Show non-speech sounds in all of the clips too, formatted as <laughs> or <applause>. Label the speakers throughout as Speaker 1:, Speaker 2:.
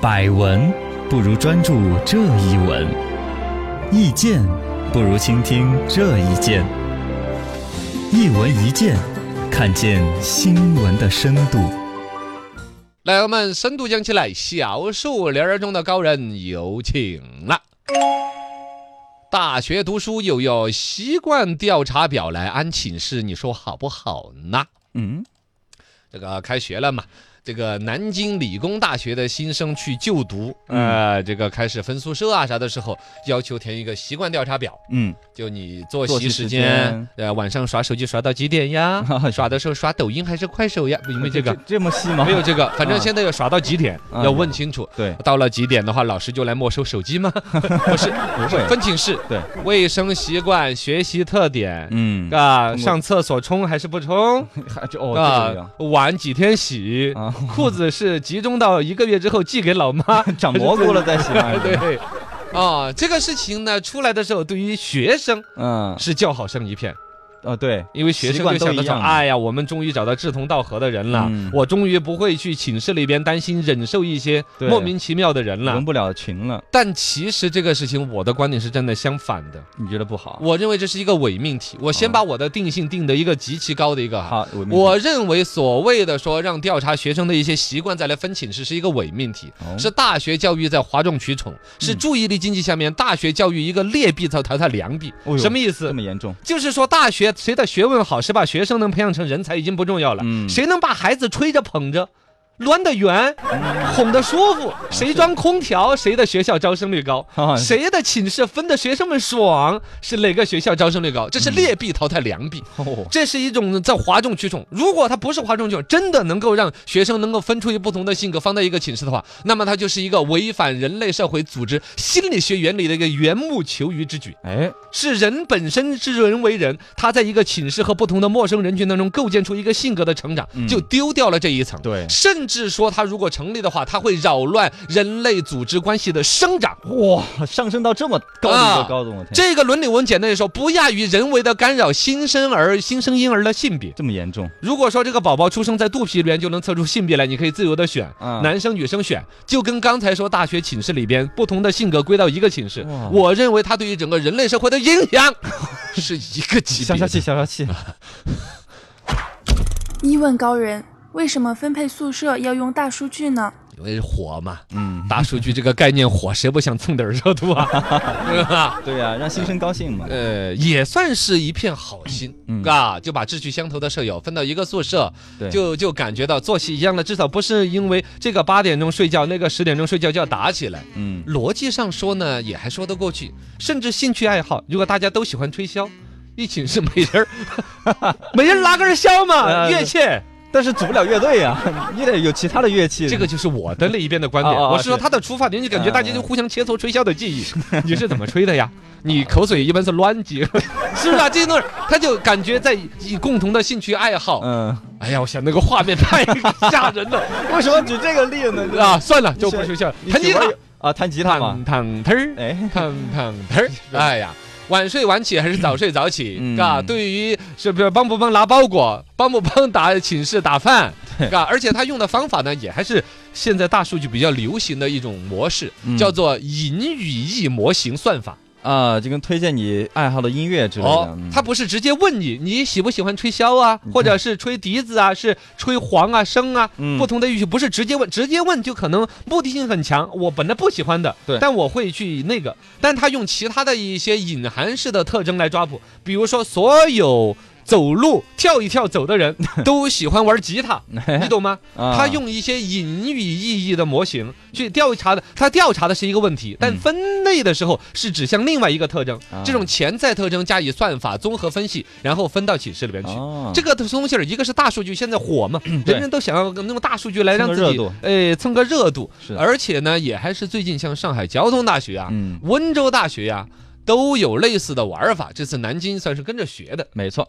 Speaker 1: 百闻不如专注这一闻，意见不如倾听这一见。一闻一见，看见新闻的深度。
Speaker 2: 来，我们深度讲起来，小树林儿中的高人有请了。大学读书又有习惯调查表来安寝室，你说好不好呢？
Speaker 1: 嗯，
Speaker 2: 这个开学了嘛，这个南京理工大学的新生去就读，
Speaker 1: 嗯
Speaker 2: 呃，这个开始分宿舍啊啥的时候，要求填一个习惯调查表，
Speaker 1: 嗯，
Speaker 2: 就你作
Speaker 1: 作
Speaker 2: 息
Speaker 1: 息
Speaker 2: 时
Speaker 1: 时
Speaker 2: 间
Speaker 1: 间，
Speaker 2: 呃，晚上耍手机耍到几点
Speaker 1: <laughs>
Speaker 2: 呀？
Speaker 1: 嗯
Speaker 2: 耍的时候刷抖音还是快手呀？不因为这个。
Speaker 1: 这么细吗？
Speaker 2: <laughs> 没有这个，反正
Speaker 1: 啊
Speaker 2: 现在要耍到几点，
Speaker 1: 啊
Speaker 2: 要问清楚。
Speaker 1: 对，
Speaker 2: 到了几点的话，老师就来没收手
Speaker 1: <laughs>
Speaker 2: 机吗？不是，
Speaker 1: 不会。
Speaker 2: 分寝室，
Speaker 1: 对，
Speaker 2: 卫生习惯、学习特点，
Speaker 1: 嗯，
Speaker 2: 啊，
Speaker 1: 我
Speaker 2: 上厕所冲还是不冲？
Speaker 1: 还就哦这
Speaker 2: 啊
Speaker 1: 个，
Speaker 2: 碗几天洗？
Speaker 1: 样啊，
Speaker 2: 裤子是集中到一个月之后寄给老
Speaker 1: <laughs>
Speaker 2: 妈。
Speaker 1: 长蘑菇了再洗嘛。 <laughs>
Speaker 2: 对，啊、这个事情呢，出来的时候对于学生
Speaker 1: 嗯，
Speaker 2: 是叫好声一片，
Speaker 1: 哦对，
Speaker 2: 因为学
Speaker 1: 习
Speaker 2: 生
Speaker 1: 惯
Speaker 2: 就
Speaker 1: 都
Speaker 2: 想着
Speaker 1: 一
Speaker 2: 说，
Speaker 1: 样嘛
Speaker 2: 哎呀，我们终于找到志同道合的人了，
Speaker 1: 嗯
Speaker 2: 我终于不会去寝室里边担心忍受一些
Speaker 1: 对
Speaker 2: 莫名其妙的人了
Speaker 1: 闻。不了群了，
Speaker 2: 但其实这个事情，我的观点是真的相反的，
Speaker 1: 你觉得不好？
Speaker 2: 我认为这是一个伪命题。我先把我的定性定的一个极其高的一个哈。
Speaker 1: 好，我明
Speaker 2: 我认为所谓的说让调查学生的一些习惯再来分寝室是一个伪命题，
Speaker 1: 哦
Speaker 2: 是大学教育在哗众取宠，
Speaker 1: 嗯
Speaker 2: 是注意力经济下面大学教育一个劣币淘淘汰良币
Speaker 1: 哦，哟
Speaker 2: 什么意
Speaker 1: 这
Speaker 2: 思？
Speaker 1: 么严重， <laughs>
Speaker 2: 就是说大学谁的学问好，谁把学生能培养成人才已经不重要了，
Speaker 1: 嗯，
Speaker 2: 谁能把孩子吹着捧着。抡得圆，哄得舒服，谁装空调，谁的学校招生率高谁的寝室分的学生们爽，是哪个学校招生率高？这是劣币淘汰良币。
Speaker 1: 哦，
Speaker 2: 这是一种在哗众取宠。如果它不是哗众取宠，真的能够让学生能够分出一不同的性格放在一个寝室的话，那么它就是一个违反人类社会组织心理学原理的一个缘木求鱼之举，
Speaker 1: 哎，
Speaker 2: 是人本身之人为人，他在一个寝室和不同的陌生人群当中构建出一个性格的成长
Speaker 1: 嗯，
Speaker 2: 就丢掉了这一层。
Speaker 1: 对
Speaker 2: 甚至说它如果成立的话，它会扰乱人类组织关系的生长。
Speaker 1: 哇，上升到这么高的一个
Speaker 2: 啊
Speaker 1: 高度，我天，
Speaker 2: 这个伦理文简单地说，不亚于人为的干扰新生儿、新生婴儿的性别。
Speaker 1: 这么严重，
Speaker 2: 如果说这个宝宝出生在肚皮里边就能测出性别来，你可以自由的选，
Speaker 1: 啊
Speaker 2: 男生女生选，就跟刚才说大学寝室里边不同的性格归到一个寝室
Speaker 1: 哇，
Speaker 2: 我认为它对于整个人类社会的影
Speaker 1: <laughs>
Speaker 2: 响是一个级
Speaker 1: 消
Speaker 2: 别
Speaker 1: 消
Speaker 2: 的。
Speaker 1: 气，消消气，
Speaker 3: 一问高人，为什么分配宿舍要用大数据呢？
Speaker 2: 因为火嘛， <laughs>
Speaker 1: 嗯，
Speaker 2: 大数据这个概念火，谁不想蹭点热度
Speaker 1: <laughs>
Speaker 2: 啊？是吧？
Speaker 1: 对呀，让新生高兴嘛，
Speaker 2: 呃，也算是一片好心
Speaker 1: 嗯，
Speaker 2: 啊，就把志趣相投的舍友分到一个宿舍
Speaker 1: 对，
Speaker 2: 就就感觉到作息一样了，至少不是因为这个八点钟睡觉，那个十点钟睡觉就要打起来。
Speaker 1: 嗯，
Speaker 2: 逻辑上说呢，也还说得过去，甚至兴趣爱好，如果大家都喜欢吹箫，一寝室每人儿 <laughs> 每人拿根儿箫
Speaker 1: <laughs>
Speaker 2: 嘛，
Speaker 1: 呃
Speaker 2: 乐器，
Speaker 1: <laughs> 但是组不了乐队呀，你得有其他的乐器，
Speaker 2: <laughs> 这个就是我的那一边的观点。
Speaker 1: 哦哦哦
Speaker 2: 我是说
Speaker 1: 是
Speaker 2: 他的出发点，就感觉大家
Speaker 1: 嗯
Speaker 2: 就互相切磋吹箫的技
Speaker 1: <laughs>
Speaker 2: 艺，你是怎么吹的呀？你口水一般是乱挤，是不是啊？这些东西他就感觉在以共同的兴趣爱好。
Speaker 1: 嗯， <laughs>
Speaker 2: 哎呀，我想那个画面太吓人了
Speaker 1: 为什么举这个例子呢？
Speaker 2: 啊！算了，就不吹箫了，弹吉他，
Speaker 1: 啊，弹吉他嘛
Speaker 2: 弹，弹嘚儿。
Speaker 1: <laughs> 哎，
Speaker 2: 胖胖嘚儿，哎呀。晚睡晚起还是早睡早起
Speaker 1: 嗯，
Speaker 2: 嘎、对于是不是帮不帮拿包裹，帮不帮打寝室打饭，嘎、而且他用的方法呢，也还是现在大数据比较流行的一种模式，
Speaker 1: 嗯
Speaker 2: 叫做引语义模型算法。
Speaker 1: 啊，就跟推荐你爱好的音乐之类的嗯
Speaker 2: 哦，，他不是直接问你你喜不喜欢吹箫啊，或者是吹笛子啊， <laughs> 是吹簧啊、笙啊，
Speaker 1: 嗯
Speaker 2: 不同的乐器，不是直接问，直接问就可能目的性很强。我本来不喜欢的，
Speaker 1: 对
Speaker 2: 但我会去那个，但他用其他的一些隐含式的特征来抓捕，比如说所有。走路跳一跳走
Speaker 1: <laughs>
Speaker 2: 的人都喜欢玩吉他，你懂吗？
Speaker 1: 啊
Speaker 2: 他用一些隐语意义的模型去调查的，他调查的是一个问题，但
Speaker 1: 嗯
Speaker 2: 分类的时候是指向另外一个特征
Speaker 1: 啊，
Speaker 2: 这种潜在特征加以算法综合分析，然后分到寝室里边去。
Speaker 1: 哦，嗯
Speaker 2: 这个东西儿，一个是大数据现在火嘛，
Speaker 1: 对
Speaker 2: 人人都想要用大数据来让
Speaker 1: 蹭个
Speaker 2: 自
Speaker 1: 热
Speaker 2: 己
Speaker 1: 度，
Speaker 2: 哎，蹭个热度
Speaker 1: 是。
Speaker 2: 而且呢，也还是最近像上海交通大学啊、
Speaker 1: 嗯，
Speaker 2: 温州大学呀、都有类似的玩法。这次南京算是跟着学的。
Speaker 1: 没错，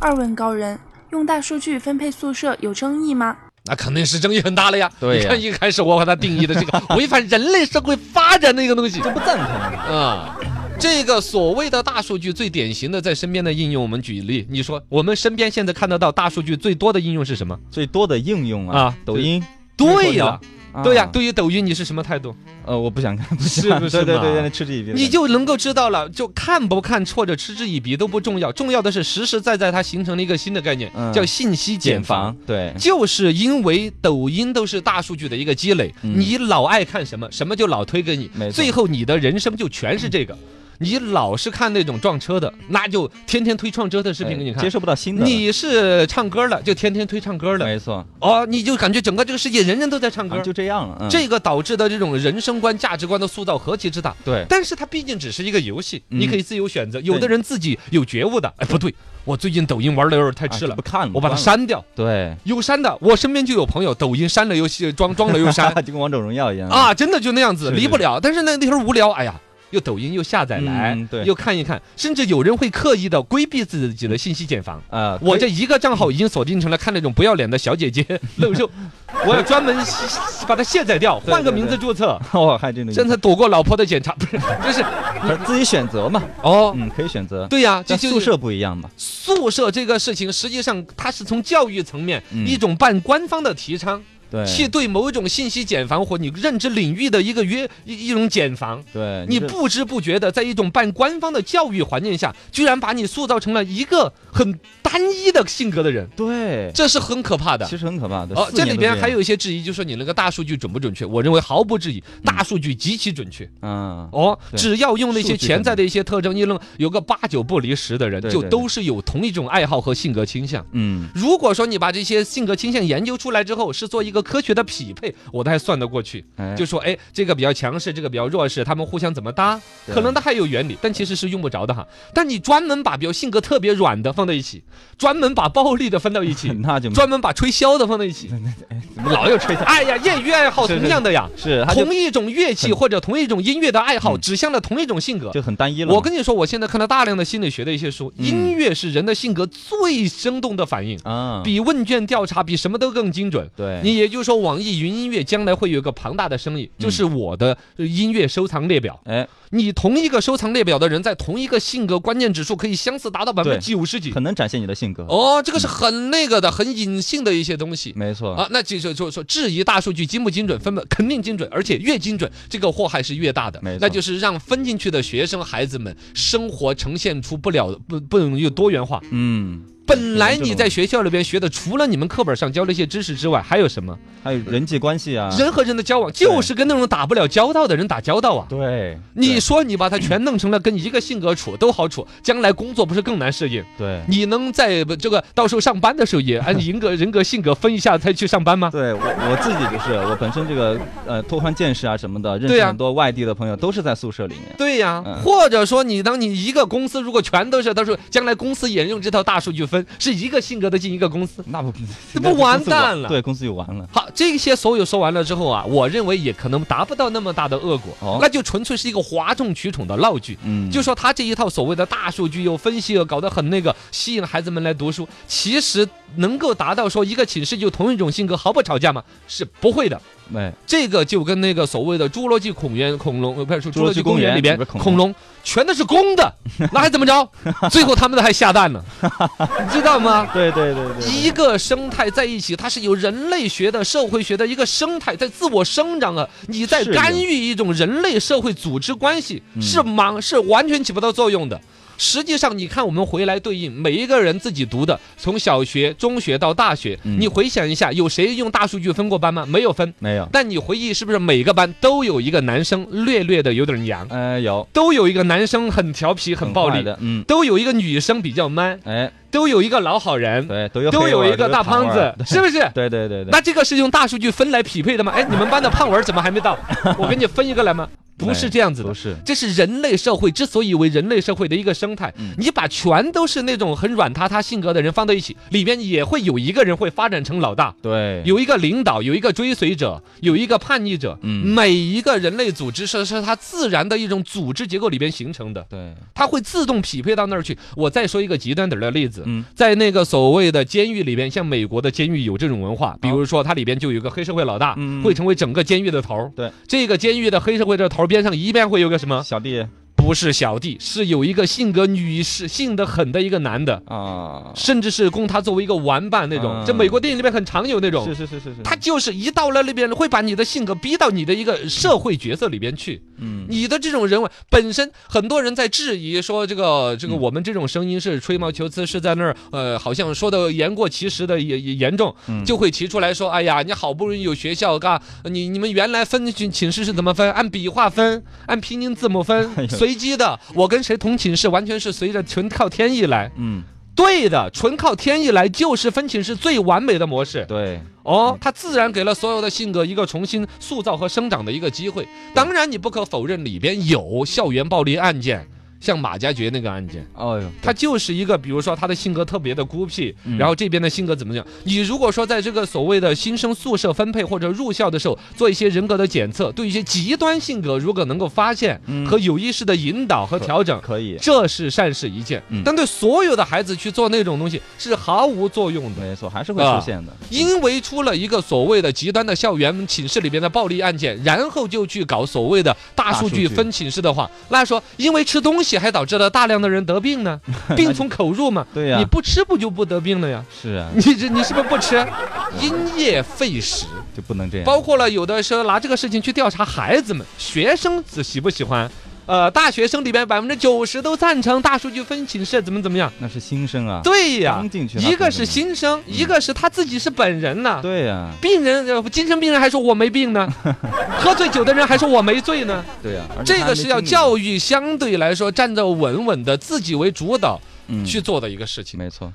Speaker 3: 二问高人，用大数据分配宿舍有争议吗？
Speaker 2: 那肯定是争议很大了呀！
Speaker 1: 对呀
Speaker 2: 你看一开始我把它定义的这个违反人类社会发展的一个东西
Speaker 1: 不赞同，
Speaker 2: 啊、这个所谓的大数据最典型的在身边的应用，我们举例，你说我们身边现在看得到大数据最多的应用是什么？
Speaker 1: 最多的应用啊
Speaker 2: 啊，
Speaker 1: 抖音
Speaker 2: 对呀，对呀，
Speaker 4: 啊，
Speaker 2: 对于抖音你是什么态度？
Speaker 4: 呃，我不想看，不
Speaker 2: 是
Speaker 4: 想
Speaker 2: 不是
Speaker 4: 对对对
Speaker 2: 嘛
Speaker 4: 对，嗤之以鼻的感觉。
Speaker 2: 你就能够知道了，就看不看或者嗤之以鼻都不重要，重要的是实实在在它形成了一个新的概念，
Speaker 4: 嗯
Speaker 2: 叫信息茧房。，
Speaker 4: 对，
Speaker 2: <laughs> 就是因为抖音都是大数据的一个积累，
Speaker 4: 嗯
Speaker 2: 你老爱看什么，什么就老推给你
Speaker 4: 没，错嗯
Speaker 2: 最后你的人生就全是这个。你老是看那种撞车的，那就天天推撞车的视频给你
Speaker 4: 哎接
Speaker 2: 看。
Speaker 4: 受不到新的了，
Speaker 2: 你是唱歌了，就天天推唱歌了。
Speaker 4: 没错，
Speaker 2: 哦，你就感觉整个这个世界人人都在唱歌
Speaker 4: 啊，就这样了。嗯
Speaker 2: 这个导致的这种人生观、价值观的塑造何其之大。
Speaker 4: 对，
Speaker 2: 但是它毕竟只是一个游戏，
Speaker 4: 嗯
Speaker 2: 你可以自由选择。有的人自己有觉悟的，哎，不对，我最近抖音玩的有点太
Speaker 4: 啊
Speaker 2: 痴
Speaker 4: 就
Speaker 2: 了
Speaker 4: 不，看了，
Speaker 2: 我把它
Speaker 4: 关了。
Speaker 2: 删掉。
Speaker 4: 对，
Speaker 2: 有删的，我身边就有朋友抖音删了又卸装装了又删
Speaker 4: <laughs> 就跟王者荣耀一样，
Speaker 2: 啊，真的就那样子，
Speaker 4: 嗯是
Speaker 2: 离
Speaker 4: 是
Speaker 2: 不了。但是那那时候无聊，哎呀。又抖音又下载来，哎
Speaker 4: 嗯对
Speaker 2: 又看一看，甚至有人会刻意的规避自己的信息茧房。
Speaker 4: 啊，
Speaker 2: 我
Speaker 4: <laughs> 可
Speaker 2: 这
Speaker 4: 以
Speaker 2: 一个账号已经锁定成了看那种不要脸的小姐
Speaker 4: <laughs>
Speaker 2: 姐露肉，我要专门把它卸载掉，
Speaker 4: 对
Speaker 2: 换个
Speaker 4: 对
Speaker 2: 名字
Speaker 4: 对
Speaker 2: 注册，
Speaker 4: 哦，还真的有，
Speaker 2: 真的躲过老婆的检查， <laughs> 不是，就是
Speaker 4: 可是自己选择嘛，
Speaker 2: 哦，
Speaker 4: 嗯，可以选择。
Speaker 2: 对呀、这
Speaker 4: 但
Speaker 2: 就
Speaker 4: 宿舍不一样嘛，
Speaker 2: 宿舍这个事情，实际上它是从教育层面、
Speaker 4: 嗯
Speaker 2: 一种半官方的提倡，
Speaker 4: 对，
Speaker 2: 去对某一种信息茧房或你认知领域的一个约一一种茧房。
Speaker 4: 对，
Speaker 2: 你
Speaker 4: 这
Speaker 2: 不知不觉的，在一种半官方的教育环境下，居然把你塑造成了一个很单一的性格的人，
Speaker 4: 对，
Speaker 2: 这是很可怕的
Speaker 4: 哎其。实很可怕的。
Speaker 2: 哦，
Speaker 4: 四
Speaker 2: 这
Speaker 4: 年
Speaker 2: 里
Speaker 4: 都
Speaker 2: 边
Speaker 4: 样
Speaker 2: 还有一些质疑，就说你那个大数据准不准确？我认为毫不质疑，大数据极其准确。
Speaker 4: 嗯，
Speaker 2: 哦，
Speaker 4: 对
Speaker 2: 只要用那
Speaker 4: 数
Speaker 2: 些
Speaker 4: 据
Speaker 2: 潜
Speaker 4: 很
Speaker 2: 在的一些特征一愣，有个八九不离十的人，
Speaker 4: 对
Speaker 2: 就
Speaker 4: 对
Speaker 2: 都
Speaker 4: 对
Speaker 2: 是有同一种爱好和性格倾向。
Speaker 4: 嗯，
Speaker 2: 如果说你把这些性格倾向研究出来之后，是做一个科学的匹配，我都还算得过去。
Speaker 4: 哎
Speaker 2: 就说，哎，这个比较强势，这个比较弱势，他们互相怎么搭，
Speaker 4: 对
Speaker 2: 可能它还有原理，但其实是用不着的哈。但你专门把比如性格特别软的放到一起，专门把暴力的放到一起，
Speaker 4: <laughs> 那就
Speaker 2: 专门把吹箫的放到一起，
Speaker 4: 怎么老有吹的？
Speaker 2: 哎呀，业余爱好
Speaker 4: 是是
Speaker 2: 同样的呀，
Speaker 4: 是，他就
Speaker 2: 同一种乐器
Speaker 4: 很
Speaker 2: 或者同一种音乐的爱好，
Speaker 4: 嗯
Speaker 2: 指向了同一种性格。
Speaker 4: 就很单一了嘛。
Speaker 2: 我跟你说，我现在看了大量的心理学的一些书，
Speaker 4: 嗯
Speaker 2: 音乐是人的性格最生动的反应。
Speaker 4: 啊，
Speaker 2: 比问卷调查比什么都更精准。
Speaker 4: 对，
Speaker 2: 你也就是说，网易云音乐将来会有一个庞大的生
Speaker 4: 嗯
Speaker 2: 意，就是我的呃音乐收藏列表。
Speaker 4: 哎，
Speaker 2: 你同一个收藏列表的人，在同一个性格关键指数可以相似达到百分
Speaker 4: 对
Speaker 2: 之九十几。
Speaker 4: 很能展现你的性格。
Speaker 2: 哦，这个是很那个的，很隐性的一些东西。
Speaker 4: 没错，
Speaker 2: 啊，那就就就说质疑大数据精不精准，分不肯定精准，而且越精准，这个祸害是越大的
Speaker 4: 没。错
Speaker 2: 那就是让分进去的学生孩子们生活呈现出不了不不容易多元化。
Speaker 4: 嗯，
Speaker 2: 本来你在学校里边学的，除了你们课本上教的一些知识之外，还有什么？
Speaker 4: 还有人际关系啊，
Speaker 2: 人和人的交往，就是跟那种打不了交道的人打交道啊。
Speaker 4: 对，
Speaker 2: 你说你把他全弄成了跟一个性格处都好处，将来工作不是更难适应？
Speaker 4: 对
Speaker 2: 你能在这个到时候上班的时候
Speaker 4: <laughs>
Speaker 2: 也按人格人格性格分一下才去上班吗？
Speaker 4: 对，我我自己就是我本身这个呃拓宽见识啊什么的，认
Speaker 2: 对
Speaker 4: 识
Speaker 2: 呀
Speaker 4: 很多外地的朋友都是在宿舍里面。
Speaker 2: 对呀、
Speaker 4: 嗯
Speaker 2: 或者说你当你一个公司如果全都是，到时候将来公司也用这套大数据分，是一个性格的进一个公司。
Speaker 4: 那不， <laughs>
Speaker 2: 这
Speaker 4: 那
Speaker 2: 不完
Speaker 4: 公司就
Speaker 2: 蛋了
Speaker 4: 对，公司就完了。
Speaker 2: 好，这些所有说完了之后啊，我认为也可能达不到那么大的恶果，
Speaker 4: 哦
Speaker 2: 那就纯粹是一个哗众取宠的闹剧。
Speaker 4: 嗯，
Speaker 2: 就说他这一套所谓的大数据又分析又搞得很那个，吸引孩子们来读书，其实能够达到说一个寝室就同一种性格毫不吵架吗？是不会的。
Speaker 4: 哎，
Speaker 2: 这个就跟那个所谓的《侏罗纪恐园》恐龙，呃不是《
Speaker 4: 侏
Speaker 2: 侏罗
Speaker 4: 罗
Speaker 2: 纪
Speaker 4: 纪
Speaker 2: 公
Speaker 4: 公
Speaker 2: 园》
Speaker 4: 园
Speaker 2: 里边
Speaker 4: 里边恐龙
Speaker 2: 恐龙全都是公的，那还怎么
Speaker 4: <laughs>
Speaker 2: 着？最后他们都还下蛋了，你知道吗？
Speaker 4: 对对对对对，
Speaker 2: 一个生态在一起，它是有人类学的、社会学的一个生态在自我生长啊！你在
Speaker 4: 是的
Speaker 2: 干预一种人类社会组织关系，
Speaker 4: 嗯
Speaker 2: 是忙是完全起不到作用的。实际上，你看我们回来对应每一个人自己读的，从小学、中学到大学，
Speaker 4: 嗯
Speaker 2: 你回想一下，有谁用大数据分过班吗？没有分。
Speaker 4: 没有，
Speaker 2: 但你回忆是不是每个班都有一个男生略略的有点娘，
Speaker 4: 哎有，
Speaker 2: 都有一个男生很调皮很暴
Speaker 4: 坏
Speaker 2: 力，
Speaker 4: 的，嗯，
Speaker 2: 都有一个女生比较 man，
Speaker 4: 哎，
Speaker 2: 都有一个老好人，
Speaker 4: 对，都有
Speaker 2: 都
Speaker 4: 黑
Speaker 2: 有
Speaker 4: 味儿
Speaker 2: 一个大
Speaker 4: 糖
Speaker 2: 胖
Speaker 4: 味儿
Speaker 2: 子，是不是？
Speaker 4: 对对对对，
Speaker 2: 那这个是用大数据分来匹配的吗？哎，你们班的胖文怎么还没到？我给你分一个来吗？不是这样子的
Speaker 4: 不。是，
Speaker 2: 这是人类社会之所以为人类社会的一个生态
Speaker 4: 嗯。
Speaker 2: 你把全都是那种很软塌塌性格的人放到一起，里边也会有一个人会发展成老大，
Speaker 4: 对，
Speaker 2: 有一个领导，有一个追随者，有一个叛逆者。
Speaker 4: 嗯
Speaker 2: 每一个人类组织是是它自然的一种组织结构里边形成的，
Speaker 4: 对，
Speaker 2: 它会自动匹配到那儿去。我再说一个极端点儿的例子，
Speaker 4: 嗯，
Speaker 2: 在那个所谓的监狱里边，像美国的监狱有这种文化，比如说它里边就有一个黑社会老大，
Speaker 4: 哦嗯
Speaker 2: 会成为整个监狱的头儿。
Speaker 4: 对，
Speaker 2: 这个监狱的黑社会的头儿边上一般会有个什么？
Speaker 4: 小弟，
Speaker 2: 不是小弟，是有一个性格女士性的很的一个男的，
Speaker 4: 啊，
Speaker 2: 甚至是供他作为一个玩伴那种。
Speaker 4: 嗯
Speaker 2: 这美国电影里面很常有那种，
Speaker 4: 是是是是是，
Speaker 2: 他就是一到了那边会把你的性格逼到你的一个社会角色里边去。
Speaker 4: 嗯
Speaker 2: 你的这种人文本身，很多人在质疑说这个这个
Speaker 4: 嗯
Speaker 2: 我们这种声音是吹毛求疵，是在那儿呃，好像说的言过其实的也也严重，
Speaker 4: 嗯
Speaker 2: 就会提出来说，哎呀，你好不容易有学校，嘎，你你们原来分寝寝室是怎么分？按笔画分，按拼音字母
Speaker 4: <laughs> 哎
Speaker 2: 分，
Speaker 4: 呦
Speaker 2: 随机的。我跟谁同寝室，完全是随着纯靠天意来。
Speaker 4: 嗯
Speaker 2: 对的，纯靠天意来就是分寝室最完美的模式。
Speaker 4: 对，嗯
Speaker 2: 哦，他自然给了所有的性格一个重新塑造和生长的一个机会。当然，你不可否认里边有校园暴力案件，像马加爵那个案件。
Speaker 4: 哦哟，
Speaker 2: 他就是一个，比如说他的性格特别的孤僻，
Speaker 4: 嗯
Speaker 2: 然后这边的性格怎么讲？你如果说在这个所谓的新生宿舍分配或者入校的时候做一些人格的检测，对一些极端性格如果能够发现
Speaker 4: 嗯
Speaker 2: 和有意识的引导和调整，
Speaker 4: 可以，
Speaker 2: 这是善事一件
Speaker 4: 嗯。
Speaker 2: 但对所有的孩子去做那种东西是毫无作用的。
Speaker 4: 没错，还是会
Speaker 2: 啊
Speaker 4: 出现的，
Speaker 2: 因为出了一个所谓的极端的校园寝室里边的暴力案件，然后就去搞所谓的大数据
Speaker 4: 大数据
Speaker 2: 分寝室的话，那说因为吃东西还导致了大量的人得病
Speaker 4: <laughs>
Speaker 2: 呢，病从口入嘛，
Speaker 4: 对呀
Speaker 2: 你不吃不就不得病了呀？ <laughs>
Speaker 4: 是啊，
Speaker 2: 你这你是不是不
Speaker 4: <laughs>
Speaker 2: 吃？因噎废食，
Speaker 4: 就不能这样，
Speaker 2: 包括了有的时候拿这个事情去调查孩子们、学生子喜不喜欢。呃，大学生里边百分之九十都赞成大数据分寝室怎么怎么样？
Speaker 4: 那是新生啊，
Speaker 2: 对呀
Speaker 4: 刚，进去那嗯
Speaker 2: 一个
Speaker 4: 不
Speaker 2: 是
Speaker 4: 能
Speaker 2: 新生，一个是他自己是本人呐。
Speaker 4: 对呀，
Speaker 2: 病人呃，精神病人还说我没病
Speaker 4: <laughs>
Speaker 2: 呢，喝醉酒的人还说我没醉呢，
Speaker 4: 对呀，而且
Speaker 2: 这个
Speaker 4: 他还
Speaker 2: 是
Speaker 4: 没
Speaker 2: 要
Speaker 4: 经历
Speaker 2: 教育相对来说站得稳稳的自己为主导
Speaker 4: 嗯
Speaker 2: 去做的一个事情。
Speaker 4: 没错，